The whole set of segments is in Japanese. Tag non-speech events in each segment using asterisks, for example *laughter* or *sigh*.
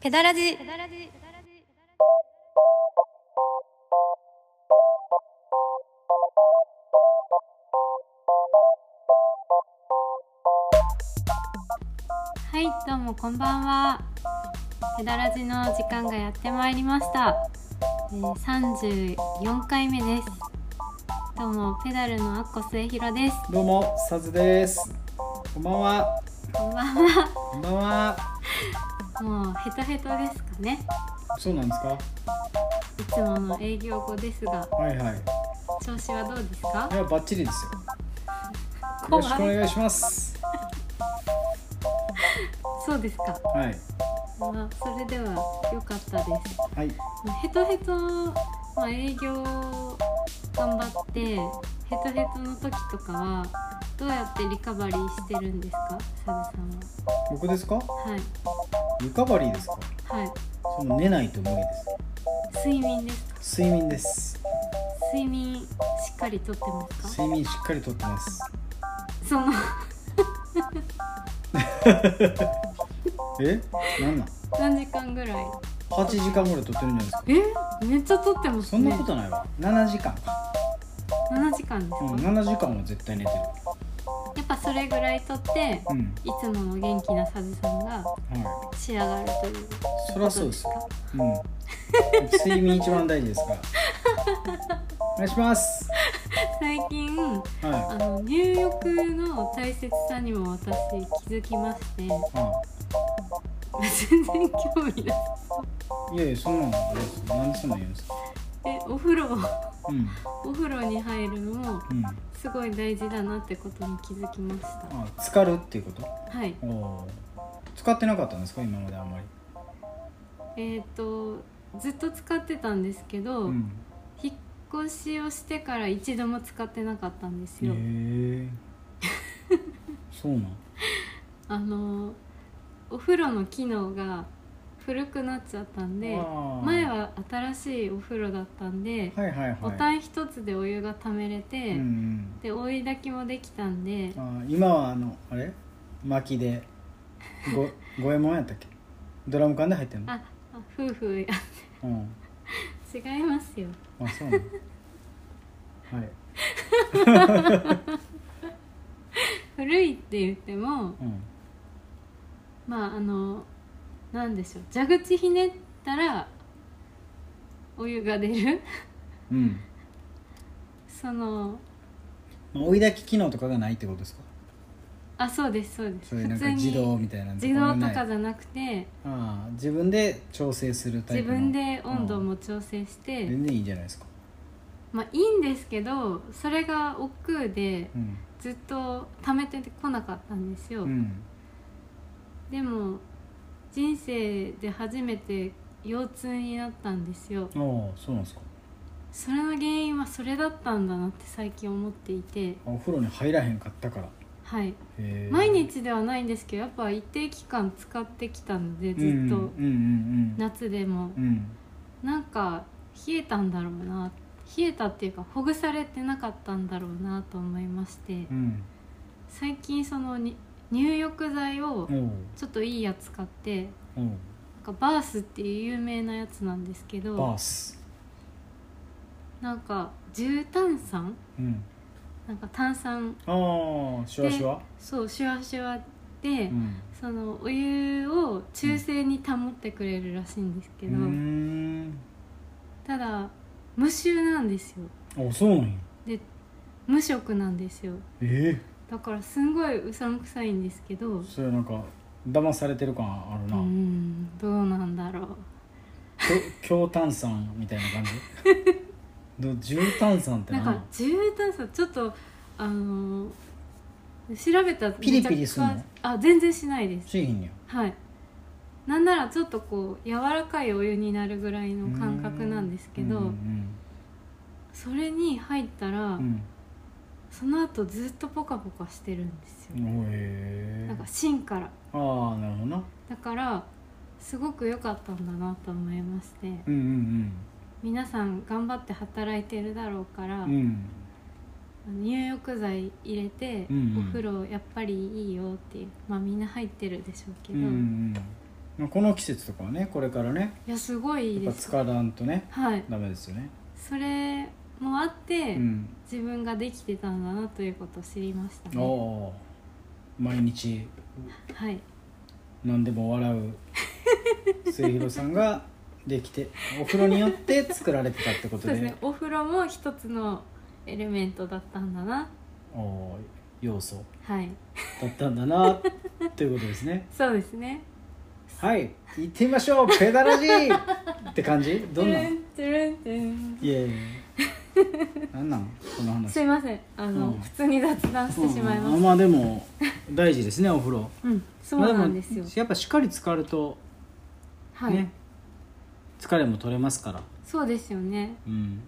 ペダラジはいどうもこんばんはペダラジの時間がやってまいりました、えー、34回目ですどうもペダルのアッコ末広ですどうも、サズです。こんばんは。こんばんはこんばんは。もうヘトヘトですかねそうなんですか。いつもの営業後ですがはいはい。い調子はどうですかや、バッチリですよ。よ怖ろしくお願いします。そうですか、はい。まあ、それでは良かったですはい。ヘトヘト、まあ、営業頑張ってヘトヘトの時とかはどうやってリカバリーしてるんですかサルさ僕ですか。んははいリカバリーですか。はいその寝ないと無理で睡眠ですかす。睡眠です。睡眠しっかりとってますか睡眠しっかりとってます。そのえ、なんなん。何時間ぐらい八時間ぐらいとってるんじゃないですか。えめっちゃとってますそねんなことないわ。七時間か。 7時間ですか、うん、や七時間は絶対寝てる。っぱそれぐらいとってうん。いつもの元気なサズさんがは仕上がるというい。そりゃそうですよ。こうん。 *laughs* 睡眠一番大事です *laughs* から。お願いします。とですか最近はあの入浴の大切さにも私気づきましてい。あ全然興味ないあいやいや、そんなのないです。なんでそんなん言うんですか。えお風呂うん。お風呂に入るのもうん。あすごい大事だなってことに気づきましたあ、浸かるっていうこと。はいおお。使ってなかったんですか、今まであんまり。えっ、とずっと使ってたんですけど、うん。引っ越しをしてから一度も使ってなかったんですへよ、え。そうなん。あのお風呂の機能が古くなっちゃったん *laughs* でああ前。は新しいお風呂だったんで、はいはいはい。ボタン一つでお湯が溜めれて、うんうん。で追い炊きもできたんでああ、今はあの、あれ。薪で。ご、 *laughs* 五右衛門やったっけ。ドラム缶で入ってんの。ああ夫婦 *laughs* 違いうん。ますよあ、そ *laughs* うなの。はい。古いって言ってもうん。まああのなんでしょう蛇口ひねったらお湯が出る *laughs* うん。そのまあ、追い炊き機能とかがないってことですか。あそうですそうですそういうなんか自動みたいなの自動とかあじゃなくてあ自分で調整するタイ自プの分で温度も調整して、全然いいじゃないですか、まあいいんですけどそれが億劫でうんずっと溜めてこなかったんですよ、うん、でも人生で初めて腰痛になったんですよああそうなんですかそれの原因はそれだったんだなって最近思っていてあお風呂に入らへんかったからへはいえ毎日ではないんですけどやっぱ一定期間使ってきたのでずうんっうとんうんうん夏でもうんなんか冷えたんだろうな冷えたっていうかほぐされてなかったんだろうなと思いましてうん最近そのに入浴剤をおうちょっといいやつ買っておうなんかバースっていう有名なやつなんですけどバースなんか重炭酸うんなんか炭酸ああシュワシュワそうシュワシュワで、うんそのお湯を中性に保ってくれるらしいんですうけーど、んただ無臭なんですよあそうなんやで無色なんですよえだからすんごいうさんくさいんですけどえそれなんか騙されてる感あるうな、んどうなんだろうきょ *laughs* 強炭酸みたいな感じ *laughs* *laughs* ど重炭酸ってなん何か重炭酸ちょっとあの調べたらピリピリすんのめちゃくちゃあ全然しないです製品やはいなんならちょっとこう柔らかいお湯になるぐらいの感覚なんですけど、うんそれに入ったら、うんその後ずっとポカポカしてるんですよ、うんおへなえんか芯からああなるほどなだからすごく良かったんだなと思いましてうんうん皆さん頑張って働いてるだろうから、うんうんあの入浴剤入れて、うんうんお風呂やっぱりいいよっていうまあみんな入ってるでしょうけうど、んうんまあこの季節とかはねこれからねいやすごいいいやでっぱす使わんとねはいダメですよねそれもあって、うん自分ができてたんだなということを知りましたおねおー毎日はい何でも笑う末広さんができてお風呂によって作られてたってこそとうでですねお風呂も一つのエレメントだったんだなおおー要素はいだったんだなということですねそうですねはい行ってみましょうペダラジーって感じどんなんいトゥルントゥルントゥや *laughs* いやいやなんなんこのルン話すいませんあの、うん普通に雑談してしまいまうんうんすまあでも大事ですねお風呂うん、 *laughs* そうなんですまよあもやっぱしっかり浸かるとはい、ね、疲れも取れますからそうですよねうん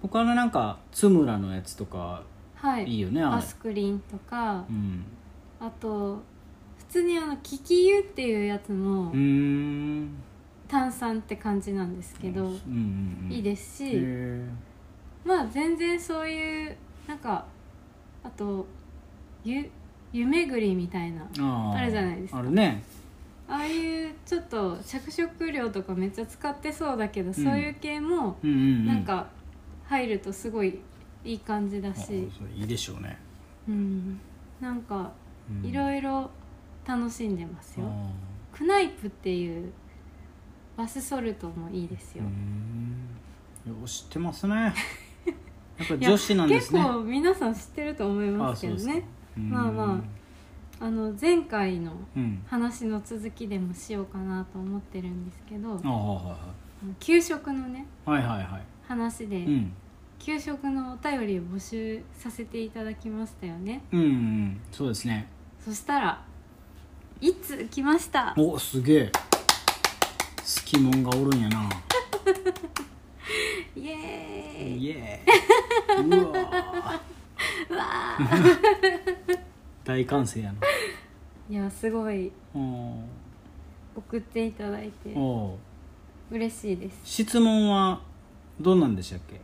他のなんかつむらのやつとかはいいいよねあアれスクリーンとかう、んあと普通にあのキキ湯っていうやつもうーん炭酸って感じなんですけど、うんうんうん、いいですし、へえまあ全然そういうなんかあとゆ湯巡りみたいなあーあるじゃないですかあるねああいうちょっと着色料とかめっちゃ使ってそうだけど、そういう系もうんうん、うん、なんか入るとすごいいい感じだあそし、ういいでしょうね、うん、なんかうんいろいろ楽しんでますよ、あクナイプっていうバスソルトもいいですーようー、んよし知ってます *laughs* ねやっぱいや女子なんですね結構皆さん知ってると思いますけどあーそうねですかうーんまあまあの前回のうん話の続きでもしようかなと思ってるんですけどああ給食のねはいはいはいはい話で、うん給食のお便りを募集させていただきましたよねうんうんそうですねそしたらいつ来ましたおすげえ好きもんがおるんやなイエーイイエーイうわーうわー *laughs* 大歓声やないやすごいお送っていただいてーおー嬉しいです質問はどんなんでしたっけ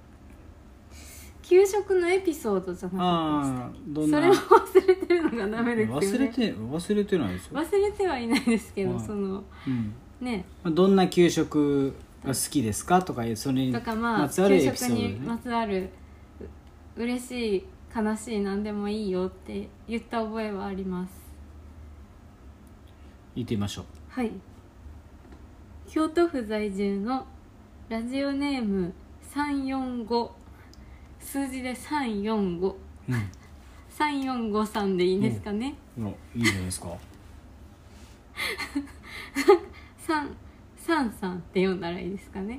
給食のエピソードじゃなかああったどでんしたっなけそれも忘れてるのがダメですよね忘れて忘れてないですよ、忘れてはいないですけど、はいそのうんねまあ、どんな給食が好きですかとかいうそれにとかまあ、まつわる給エピ食ソードにねまつわるう嬉しい悲しい何でもいいよって言った覚えはあります言ってみましょうはい京都府在住のラジオネーム345数字で345345 *laughs* うんさんでいいですかね、おいいんじゃないです *laughs* か三三三って読んだらいいですかね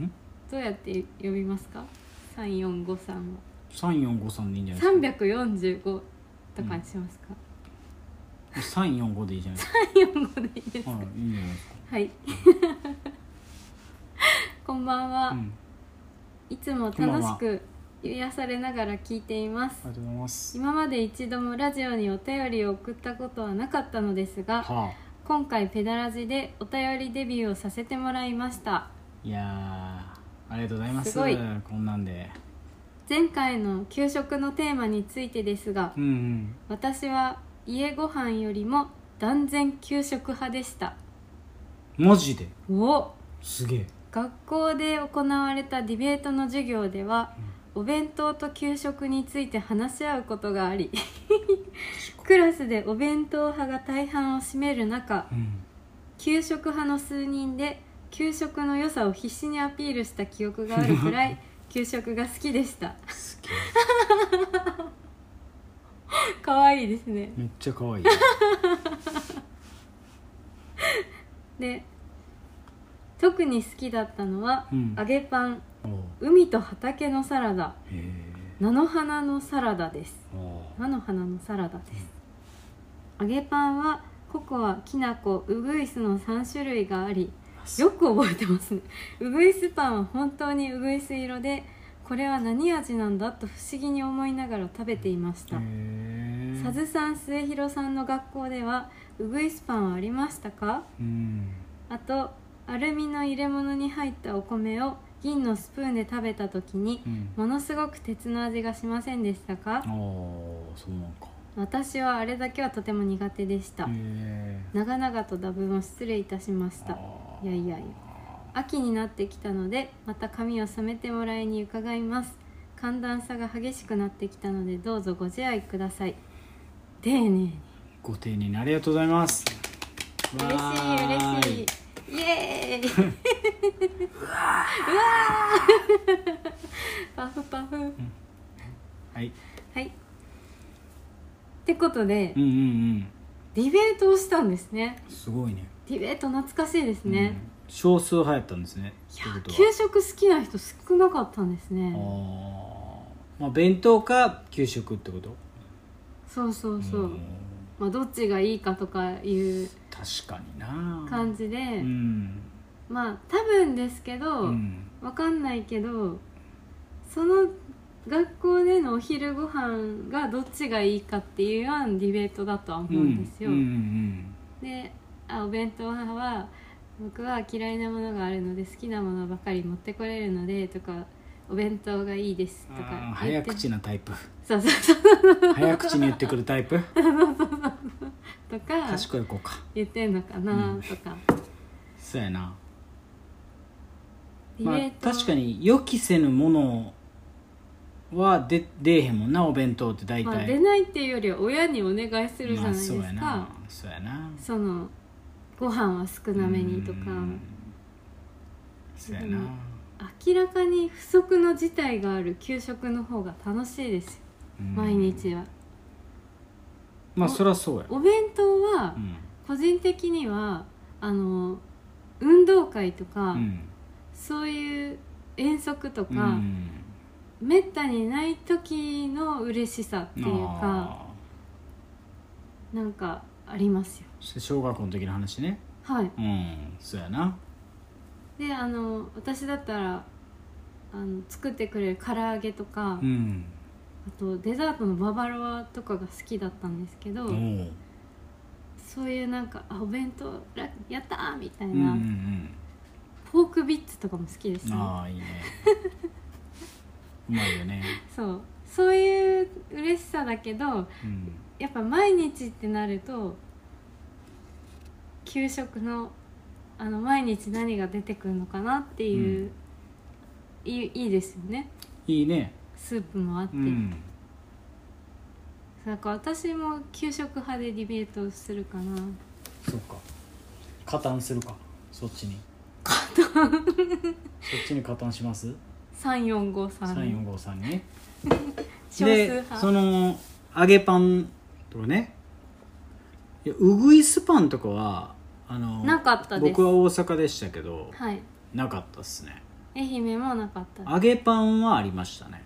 んどうやって呼びますか3453は3453でいいんじゃないですか345とかにしますか、 345でいいじゃないですか345でいいですはいいいんじゃないですかはい。 *laughs* こんばんは、うんいつも楽しく癒されながら聞いていますありがとうございます今まで一度もラジオにお便りを送ったことはなかったのですがはあ今回ペダラジでお便りデビューをさせてもらいましたいやーありがとうございますすごいこんなんで前回の給食のテーマについてですがうんうん私は家ご飯よりも断然給食派でしたマジでおすげえ学校で行われたディベートの授業では、お弁当と給食について話し合うことがありクラスでお弁当派が大半を占める中うん給食派の数人で給食の良さを必死にアピールした記憶があるくら *laughs* い給食が好きでしたすげ可愛いですねえ *laughs* めっちゃ可愛いで特に好きだったのは、うん揚げパンおう海と畑のサラダへえ菜の花のサラダですおう菜の花のサラダです揚げパンはココアきなこうぐいすの3種類がありよく覚えてますねうぐいすパンは本当にうぐいす色でこれは何味なんだと不思議に思いながら食べていましたへえさずさん末広さんの学校ではうぐいすパンはありましたかうんあとアルミの入れ物に入ったお米を銀のスプーンで食べた時にうんものすごく鉄の味がしませんでしたかああそうなんか私はあれだけはとても苦手でした、え長々とダブを失礼いたしましーたいやいやいや秋になってきたのでまた髪を染めてもらいに伺います寒暖差が激しくなってきたのでどうぞご自愛ください丁寧にご丁寧にありがとうございます嬉わーしい嬉しいイエーイうわー *laughs* パフパフはいはいってことでうんうんうんディベートをしたんですねすごいねディベート懐かしいですね、うん少数派やったんですねっていやこと給は食好きな人少なかったんですねあーまあ弁当か給食ってことそうそうそう、んまあ、どっちがいいかとかいう確かにな感じで、うんまあ多分ですけど、うんわかんないけどその学校でのお昼ご飯がどっちがいいかっていうようなディベートだとは思うんですよ、うんうんであお弁当派は僕は嫌いなものがあるので好きなものばかり持ってこれるのでとかお弁当がいいですうとんかあー言っ早て口なタイプそうそうそう早口に言ってくるタ *laughs* イプとか賢い子か言ってんのかなとか、そうやなディまベあート、確かに予期せぬものは出出えへんもんなお弁当って大体、まあ、出ないっていうよりは親にお願いするじゃないですか、まあそうやなそうやなそのご飯は少なめにとかうんそうやでなも明らかに不足の事態がある給食の方が楽しいですようん毎日はまあそりゃそうやお弁当はうん個人的にはあの運動会とか、うんそういう遠足とか、うんめったにない時の嬉しさっていうかあなんかありますよーそれ小学校の時の話ねはいうんそうやなであの私だったらあの作ってくれる唐揚げとか、うんあとデザートのババロアとかが好きだったんですけど、おううんそういうなんかあお弁当ラやったーみたいうんうな、んポークビッツとかも好きですねああいいね *laughs* うまいよねそうそういう嬉しさだけどうんやっぱ毎日ってなると給食のあの毎日何が出てくるのかなっていう、いいいいですよねいいねスープもあって、うんなんか私も給食派でディベートをするかなそっか加担するかそっちに加担そっちに加担します3453 3453にね少数で派その揚げパンとかねいやうぐいすパンとかはあのなかったです僕は大阪でしたけどはいなかったっすね愛媛もなかったです揚げパンはありましたね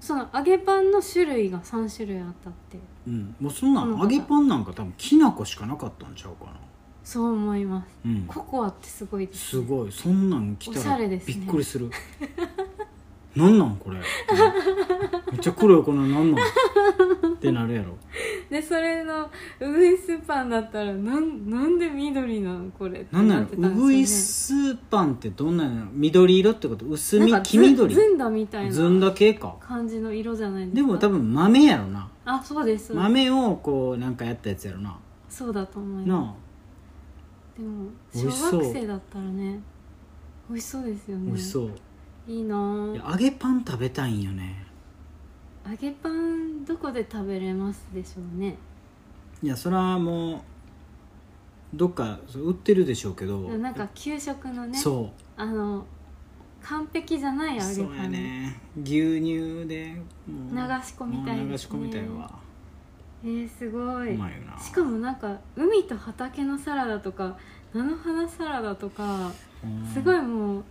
その揚げパンの種類が3種類あったってうんもうそんなうんん揚げパンなんか多分きな粉しかなかったんちゃうかなそう思いますうんココアってすごいですすごいそんなん来おしたゃられびですねっくりする *laughs* なんなんこれめっちゃ黒いこのなんなんってなるやろでそれのウグイスパンだったらなんなんで緑なのこれってなんななんってやたろんうぐいですすパンってどんなんやろ緑色ってこと薄よねみなんか黄緑ずずんだみたいずんなだ系か感じの色じゃないですかでも多分豆やろなあそうですそうです豆をこうなんかやったやつやろなそうだと思いまなあすでも美味しそ小う学生だったらね美味しそうですよね美味しそういいなぁいや揚げパン食べたいんよね揚げパンどこで食べれますでしょうねいやそれはもうどっかそう売ってるでしょうけどなんか給食のねそうあの完璧じゃない揚げそうパやン、ね牛乳でもう流し込みたいですねもう流し込みたいわえー、すごういまいよなしかもなんか海と畑のサラダとか菜の花サラダとかうんすごいもう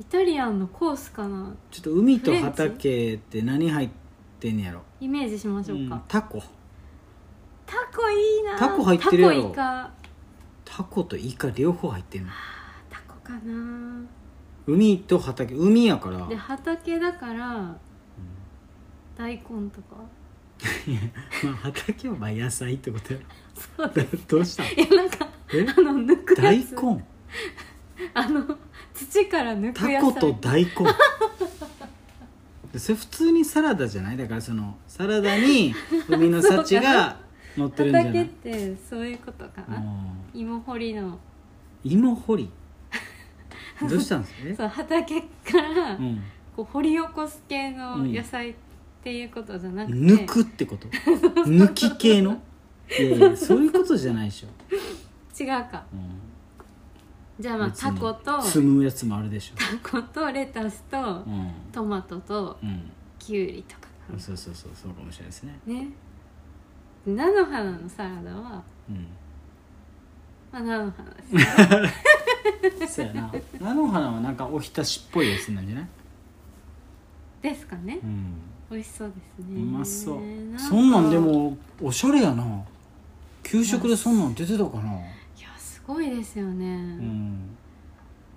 イタリアンのコースかなちょっと海と畑って何入ってんねやろイメージしましょうか、うんタコタコいいなタコ入ってるやろタコイカタコとイカ両方入ってんのタコかな海と畑海やからで畑だから大根とか *laughs* まあ畑はまあ野菜ってことや *laughs* ろそうどうしたいやなんか *laughs* えあの抜く大やつ根あの土から抜くタや *laughs* コつと大根でそれ普通にサラダじゃないだからそのサラダに海の幸が乗ってるんじゃな畑っいてそういうことかなも芋掘りのう芋掘 *laughs* りどうしたんですかえそう畑からうんこう掘り起こす系のうん野菜っていうことじゃなくて、抜くってこと抜き系のいやいやそういうことじゃないでしょ、違うかうんじゃあまあ別にタコと積むやつもあるでしょ、タコとレタスとうんトマトとうきゅうりとかん、そうそうそうそうかもしれないですね、ね菜の花のサラダは、うん、まあ、菜の花ですそうやな菜の花はなんかおひたしっぽいやつなんじゃない、ですかねうん、美味しそうですうねまそうかそんなんでもおしゃれやな給食でそんなん出てたかな、いやすごいですよね、うん、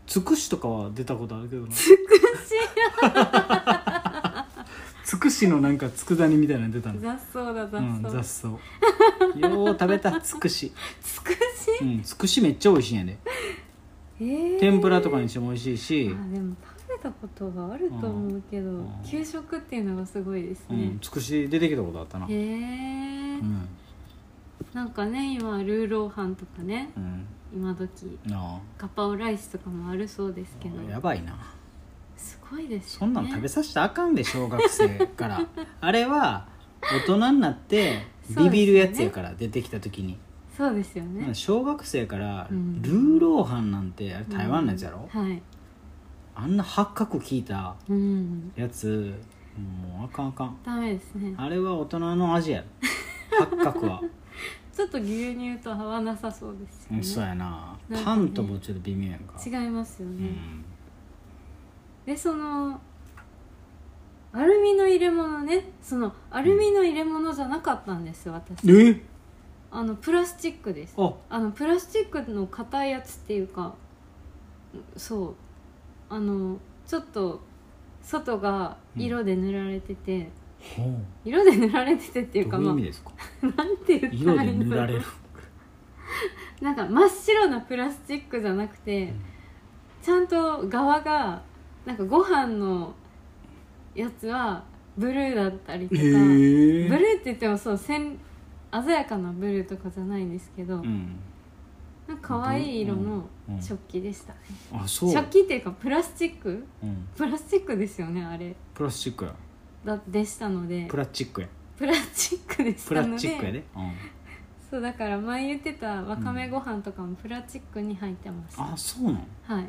つくしとかは出たことあるけどなつくつくしのなんか佃煮みたいなの出たしの雑草だ雑うん、草、雑草 *laughs* よう食べたつくし、つくしうん、つくしめっちゃ美味しいんやでえー、天ぷらとかにしても美味しいし、あでも食べたことがあると思うけど、ん給食っていうのがすごいですうねん、、つくし出てきたことあったな、へうえ、んなんかね今ルーローハンとかねうん、今時なガパオライスとかもあるそうですけどあやばいなすごいですよねそんなん食べさせたらあかんで小学生からあれは大人になってビビるやつやから、出てきた時に、そうですよね、小学生からうルんーローハンなんてあれ台湾のやつやろ、はいあんな八角効いたうんやつもうあかんあかんダメですねあれは大人の味やろ八 *laughs* 角は、ちょっと牛乳と合わなさそううん、でそうすよねやななんかねパンともちょっと微妙やんか違いますようね、んでそのアルミの入れ物ねそのアルミの入れ物じゃなかったんですよ私えあのプラスチックですああのプラスチックの硬いやつっていうかそうあのちょっと外が色で塗られてて、ほ色で塗られててっていううどかういう意ま味ですかあなんて言った色らいでいん塗だろらうれるなんか真っ白なプラスチックじゃなくて、んちゃんと側がなんかご飯のやつはブルーだったりとへか、えブルーって言ってもそう鮮鮮やかなブルーとかじゃないんですけど、うんなんか可愛い色のうんうん食器でしたね、あそう、食器っていうかプラスチックうん、プラスチックですよねあれプラスチックやだでしたのでプラスチックやプラスチックでしプたラのでスチックやで、うん、そうだから前言ってたわかめご飯とかもプラスチックに入ってました、あそうなのはい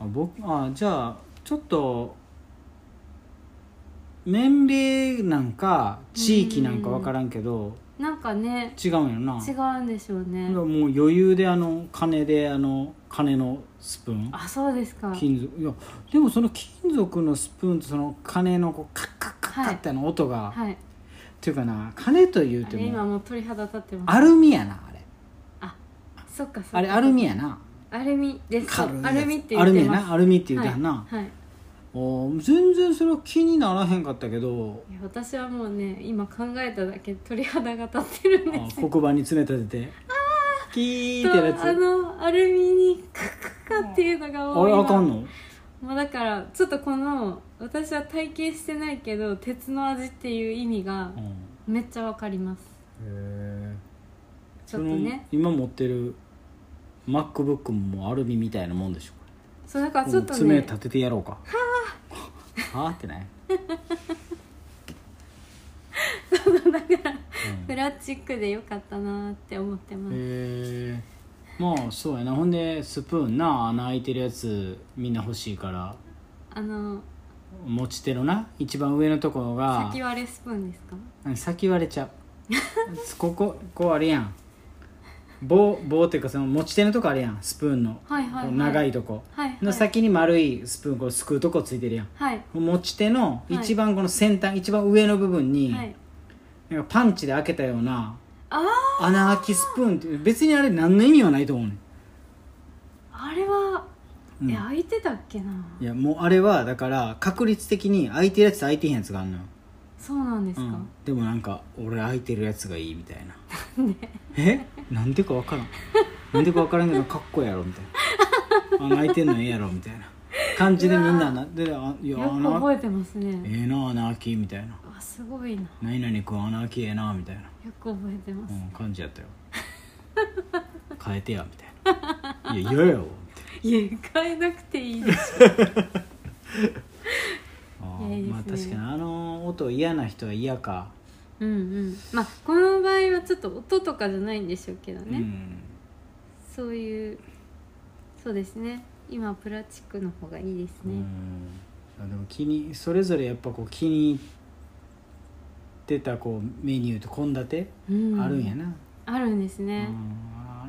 あ僕あじゃあちょっと年齢なんか地域なんか分からんけどなんかね違うんやろな違うんでしょうねもう余裕であの金であの金のスプーンあそうですか金属いやでもその金属のスプーンとその金のこうカッカッカッカッってあの音が、はいっていうかな金というあてれ今ももう鳥肌立ってますアルミやなあれそっかそっかあれアルミやなアルミです軽いやつアルミってア言っルミてやますなアルミって言うてはんな、はい、はいおー全然それは気にならへんかったけどいや私はもうね今考えただけで鳥肌が立ってるんあです黒板に詰め立ててキーってやとあつのアルミにカクカクっていうのがあもうれ今あかんのもうだからちょっとこの私は体験してないけど鉄の味っていう意味がうんめっちゃわかりますへえちょっとね今持ってる MacBook ももうアルミみたいなもんでしょそうだからちもょうっと爪ね立ててやろうかはあってないプラスチックでよかったなって思ってます、へえまあそうやなほんでスプーンな穴開いてるやつみんな欲しいからあの持ち手のな一番上のところが先割れスプーンですかうん先割れちゃう *laughs* こここうあれやん棒棒っていうかその持ち手のとこあれやんスプーンの、はいはいはいこう長いとこ、はいはいの先に丸いスプーンこうすくうとこついてるやんはい持ち手のい一番この先端、一番上の部分に、はいなんかパンチで開けたようなああ穴開きスプーンって別にあれ何の意味はないと思うねあれは、うんえ開いてたっけなんいやもうあれはだから確率的に開いてるやつと開いてへんやつがあんのよそうなんですうか、ん、でもなんか俺空いてるやつがいいみたいな *laughs* えなんでか分からんなんでか分からんけどかっこええやろみたいなあの空いてんのええやろみたいな感じでみんななであいよやく穴覚えてますえねえな穴開きみたいなあすごいなよ何々君穴開きええなみたいな、く覚えてます、うん、感じ *laughs* やったよ変えてやみたいな「いや嫌やわ」っていや変えなくていいです *laughs* あいやいいーですねまあ確かにあの音嫌な人は嫌か、うんうんまあこの場合はちょっと音とかじゃないんでしょうけどうね、んそういうそうですね今プラチックの方がいいですうね、んあでも気にそれぞれやっぱこう気に入ってたこうメニューと献立うんあるんやな、あるんですね、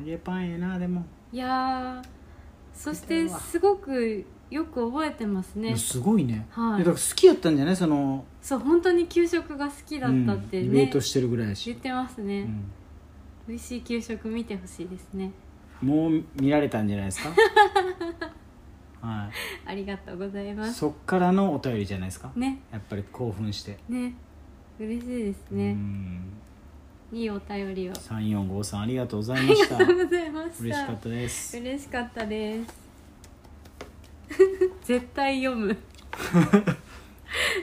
うん、揚げパンええなでも、いやーそし見てたわすごくよく覚えてますねすごいね、はいやだから好きやったんじゃないそのそう本当に給食が好きだったってうん、ディベね、ートしてるぐらいや言っしてますね、うん美味しい給食見てほしいですねもう見られたんじゃな *laughs* いですかはありがとうございいますそっからのお便りじゃないですかねやっぱり興奮してね嬉しいですうね、んいいお便りを3453ありがとうございあまりしたがとうございました嬉しかったです嬉しかったです *laughs* 絶対読む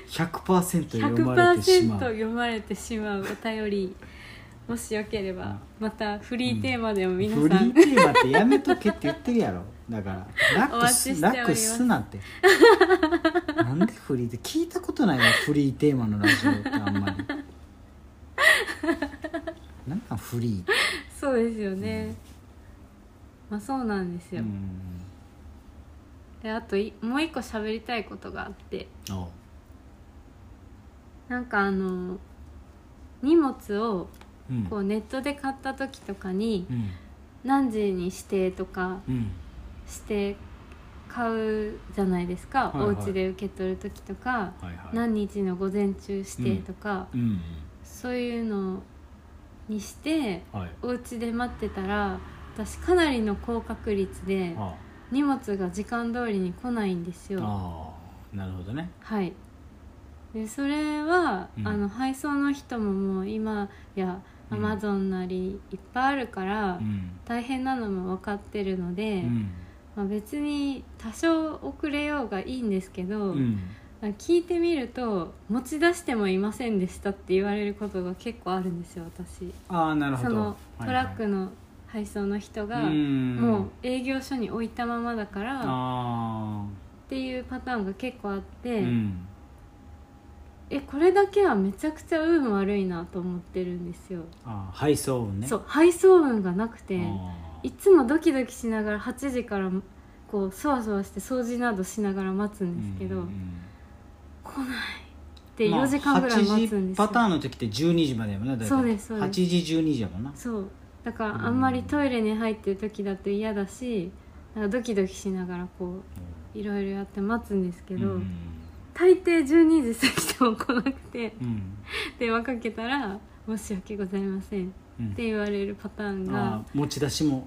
100%読まれてし100%まう読まれてしまうお便りもしよければまたフリーテーマでも皆フリさん、ーテーマってやめとけって言ってるやろだからお楽待ちしすております楽すなってなんでフリーって聞いたことないなフリーテーマのラジオってあんまりなんかフリーそうですよね、まあそうなんですよ、うんであといもう一個喋りたいことがあっておうなんかあの荷物をうんこうネットで買った時とかにうん何時にしてとかうんして買うじゃないですか、はいはいお家で受け取る時とか、はいはい何日の午前中してとか、うんそういうのにしてうんはいお家で待ってたら私かなりの高確率であ荷物が時間通りに来ないんですよあーなるほどねはいでそれは、うんあの配送の人ももう今やうアんマゾンなりいっぱいあるから、うん大変なのも分かってるので、うんまあ、別に多少遅れようがいいんですけど、うんなんか聞いてみると持ち出してもいませんでしたって言われることが結構あるんですよ私ああなるほそどのはいはいトラックの配送の人が、うんもう営業所に置いたままだからっあていうパターンが結構あっあて、うんえこれだけはめちゃくちゃ運悪いなと思ってるんですよ、あー配送運ねそう配送運がなくてあーいつもドキドキしながら8時からこうそわそわして掃除などしながら待つんですけど、うんうんうん来ないってまあ4時間ぐらい待つん8で時すよ、パターンの時って12時までやもんな大体そうですそうです8時12時やもんなそうだかうんらあんまりトイレに入ってる時だと嫌だしなんかドキドキしながらこういろいろやって待つんですけど、うん大抵12時過ぎても来なくてうん電話かけたら「申し訳ございません」っうんて言われるパターンあがー持ち出しも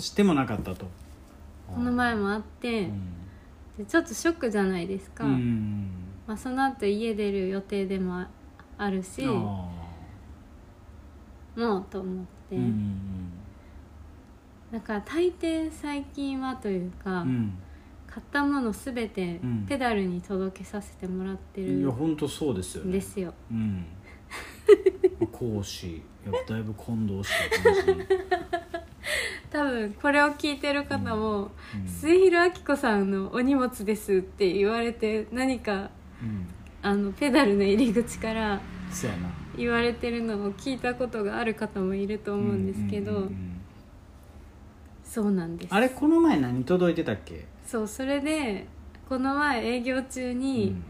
してもなかったとこの前もあっうてんでちょっとショックじゃないですか、うんまあ、その後家出る予定でもああるしもあうと思って、ーうんだから大抵最近はというか、うん買ったものすべてうんペダルに届けさせてもらっているや本当そうですよんねですよ、うん *laughs* 講師やっぱだいぶ混同した感じ *laughs* ね多分これを聞いてる方もうん「末広明子さんのお荷物です」って言われて何かうんあのペダルの入り口からそうやな言われてるのを聞いたことがある方もいると思うんですけど、うんうんうんうんそうなんですあれこの前何届いてたっけそうそれでこの前営業中に、うん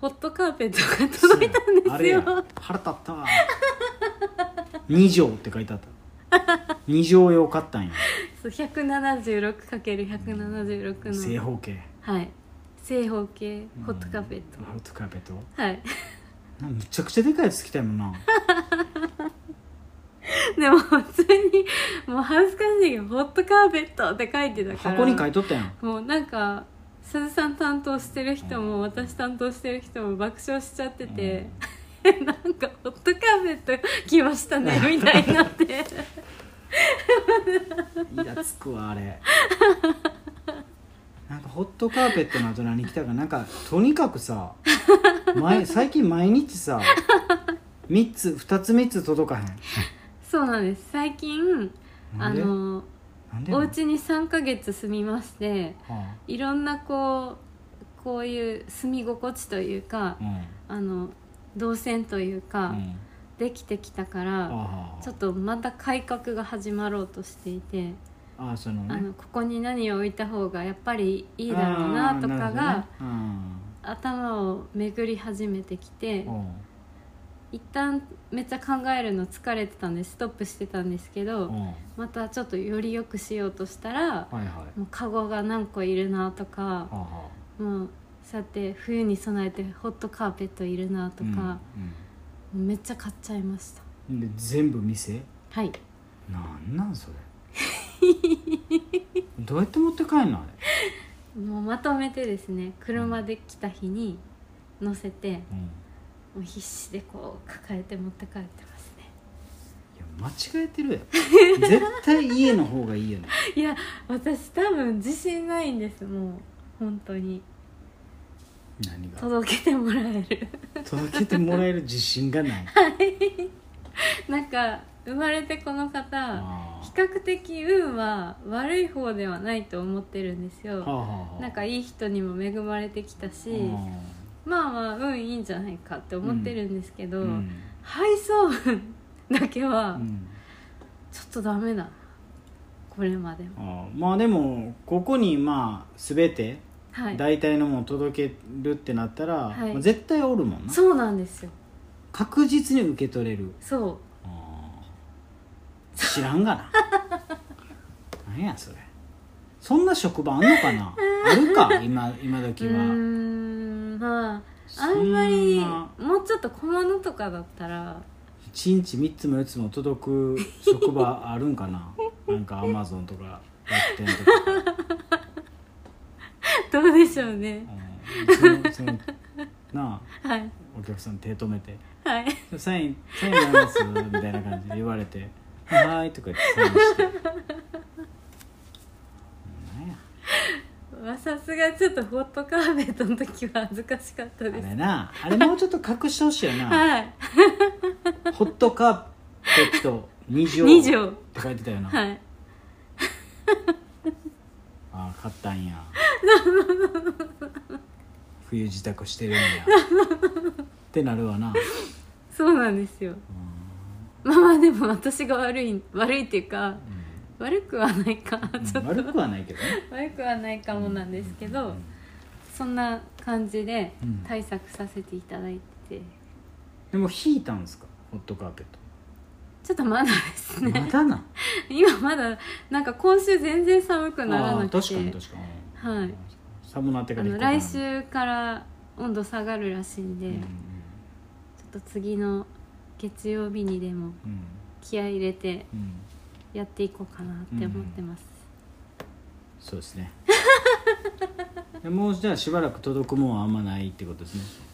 ホットカーペットが届いたんであすれやよ腹立ったわ二畳って書いてあった二畳用買ったんやそう 176×176 の正方形はい正方形うんホットカーペット、ホットカーペットはい *laughs* なんかむちゃくちゃでかいやつ来たよなでも普通にもう恥ずかしいけどホットカーペットって書いてたから箱に書いとったやんもうなんか鈴さん担当してる人も私担当してる人も爆笑しちゃってて、 *laughs* なんかホットカーペット来ましたねみたいになって *laughs* イラつくわあれなんかホットカーペットの後何来たかなんかとにかくさ毎最近毎日さ3つ2つ3つ届かへんそうなんです最近あなんでのなんでおなん家に3ヶ月住みましてはあいろんなこうこういう住み心地というかうんあの動線というか、うんできてきたから、ああちょっとまた改革が始まろうとしていて、ああそのあねのここに何を置いた方がやっぱりいいだろうなとかが、ああ頭を巡り始めてきてなるほどね一旦めっちゃ考えるの疲れてたんでストップしてたんですけうんどうんまたちょっとより良くしようとしたらはいはいもうカゴが何個いるなとかああもうそうやって冬に備えてホットカーペットいるなとか、めっちゃ買っちゃいましたうんうんで全部店はいなんなんそれどうやって持って帰んのあれ、もうまとめてですね車で来た日に乗せてうん、いもう必死でこう抱えて持って帰ってますねや間違えてるやん絶対家の方がいいよね *laughs* いや私多分自信ないんですもう本当に何が届けてもらえる *laughs* 届けてもらえる自信がないなんか生まれてこの方あ比較的運は悪い方ではないと思ってるんですあはあよはあなんかいい人にも恵まれてきたしまあまあ運いいんじゃないかって思ってるんですけど、うんうん配送運だけはうんちょっとダメだなこれまでもああまあでもここにまあ全てはい大体のもの届けるってなったら、はいまあ絶対おるもんなそうなんですよ確実に受け取れるそうあー知らんがな *laughs* 何やそれそんな職場あんのかなあるか今今時うーはんまあそあんまりなもうちょっと小物とかだったら *laughs* 1日3つも4つも届く職場あるんか *laughs* ななんかアマゾンとか楽天とか、どうでしょうねうんそのそのなあはいお客さん手止めてはい「サインサインやります」みたいな感じで言われて「はーい」とか言ってサインしてなんやまあさすがちょっとホットカーペットの時は恥ずかしかったあですれなあれもうちょっと隠してほしいよな、はいホットカーペット2畳2畳って書いてたよな、はいああ買ったんや冬支度してるんやってなるわな、そうなんですよまあまあでも私が悪い悪いっていうかう悪くはないかんちょっと悪くはないけどね悪くはないかもなんですけうどんそんな感じでうん対策させていただいてでも引いたんですかホットカー *laughs* ペットちょっとまだですまねだな今まだなんか今週全然寒くならあなあく確かにて確かに、はい寒なってあからの引っ来越さ週から温度下がるらしいんで、なちょっと次の月曜日にでもうんうん気合い入れてうんうんやっていこうかなって思ってます、そうですね *laughs* でもうじゃあしばらく届くもんはあんまないってことですね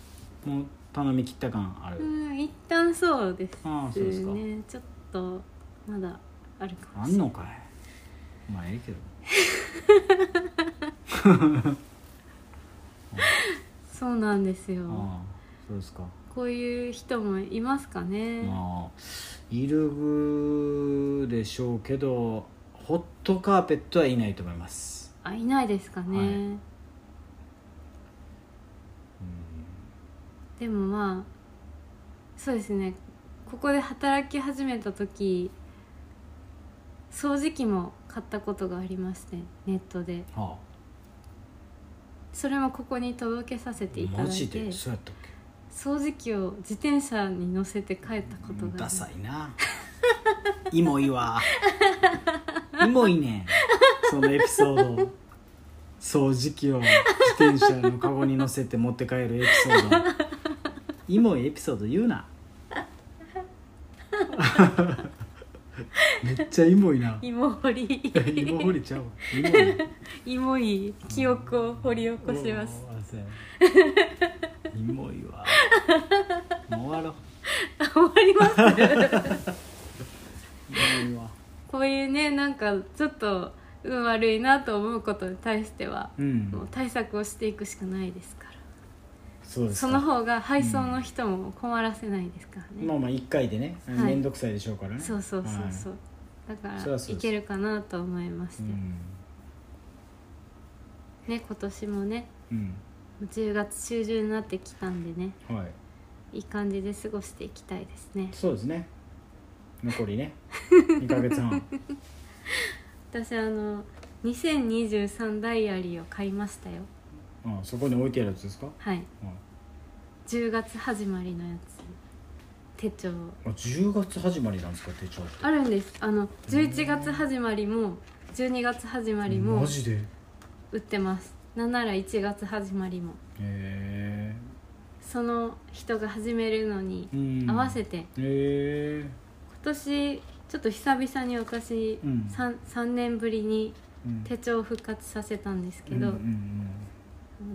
もう頼み切った感ある、うん一旦そうですああそうですかねちょっとまだあるかもあしれんないのかいまあええけどそうなんですよああそうですかこういう人もいますかね、まあいるでしょうけどホットカーペットはいないと思いますあ、いないですかね、はでもまあそうですねここで働き始めた時掃除機も買ったことがありましてネットではそれもここに届けさせていあたマだいジてでそうやったっけ掃除機を自転車に乗せて帰ったことがありまダすサいなイモいわイモいねんそのエピソード掃除機を自転車のカゴに乗せて持って帰るエピソードイモいエピソード言うなめっちゃイモいな芋掘 *laughs* り芋掘りちゃうわイ芋モいい記憶を掘り起こしますおーそうやイモいわもう終わろう終わりますイモいわこういうねなんかちょっと運悪いなと思うことに対しては、うんもう対策をしていくしかないですからそうですそかの方が配送の人も困らせないですからね、まあまあ1回でねはい面倒くさいでしょうからね、そうそうそうそう、だかそりらゃそうですいけるかなと思いましうて、ん、ね今年もねうん、もう10月中旬になってきたんでねはいいい感じで過ごしていきたいですねそうですね残 *laughs* りね2ヶ月半私あの2023ダイアリーを買いましたよあそこに置いてあるやつですか、ははいい10月始まりのやつ手帳あ10月始まりなんですか手帳ってあるんですあの11月始まりも12月始まりもマジでへ売ってますなんなら1月始まりもえその人が始めるのにうん合わせて、へえ今年ちょっと久々に私、うん三 3, 年ぶりにうん手帳を復活させたんですけど、うんうんうん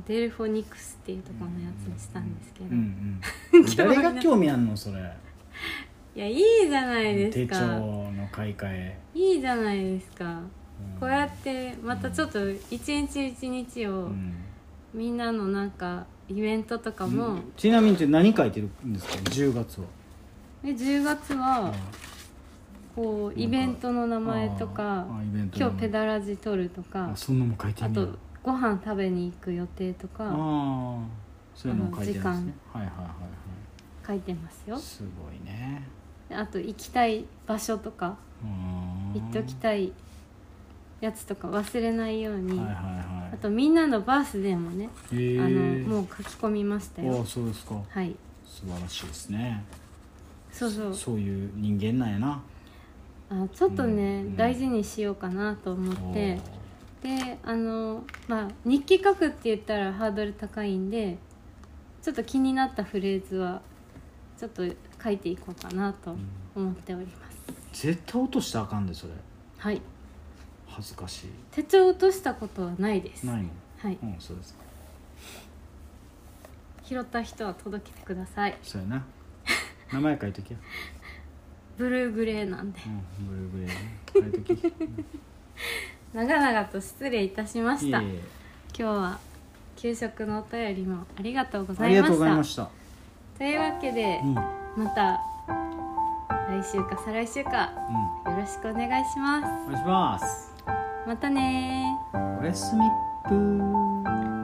デルフォニクスっていうところのやつにしたんですけど、うん *laughs* うん誰が興味あんのそれいやいいじゃないです手帳かの買い替え、いいじゃないですかんこうやってまたちょっと一日一日うをんみんなのなんかイベントとかも、ちなみに何書いてるんですか10月はで10月はこうイベントの名前とかあーあイベントの名今前日ペダラジ撮るとかあそんなもん書いてあんねやとご飯食べに行く予定とかああそういうのも書いてあるんですねあはいはいはいは書いてますよいすごいねであと行きたい場所とか行行っときたいやつとか忘れないように、はいはいはあとみんなのバースデーもね、いへえあのもう書き込みましたあよあそうですかはい素晴らしいですねそうそうそういう人間なんやなあちょっとね、うん大事にしようかなと思っておーであのまあ日記書くって言ったらハードル高いんでちょっと気になったフレーズはちょっと書いていこうかなと思っております、絶対落としたらあかんでそれはい恥ずかし手帳を落としたことはないですいないのはい、うんそうですか拾った人は届けてくださいそうや *laughs* な名前書いときやブルーグレーなんでうんブルーグレーね書いとき長々と失礼いたしまいしえたいえ今日は給食のお便りもありがとうごあざりいがまとうしございたましたというわけでうんうんまた来週か再来週かおよろしくお願いします願いしますまたねーおやすみっぷー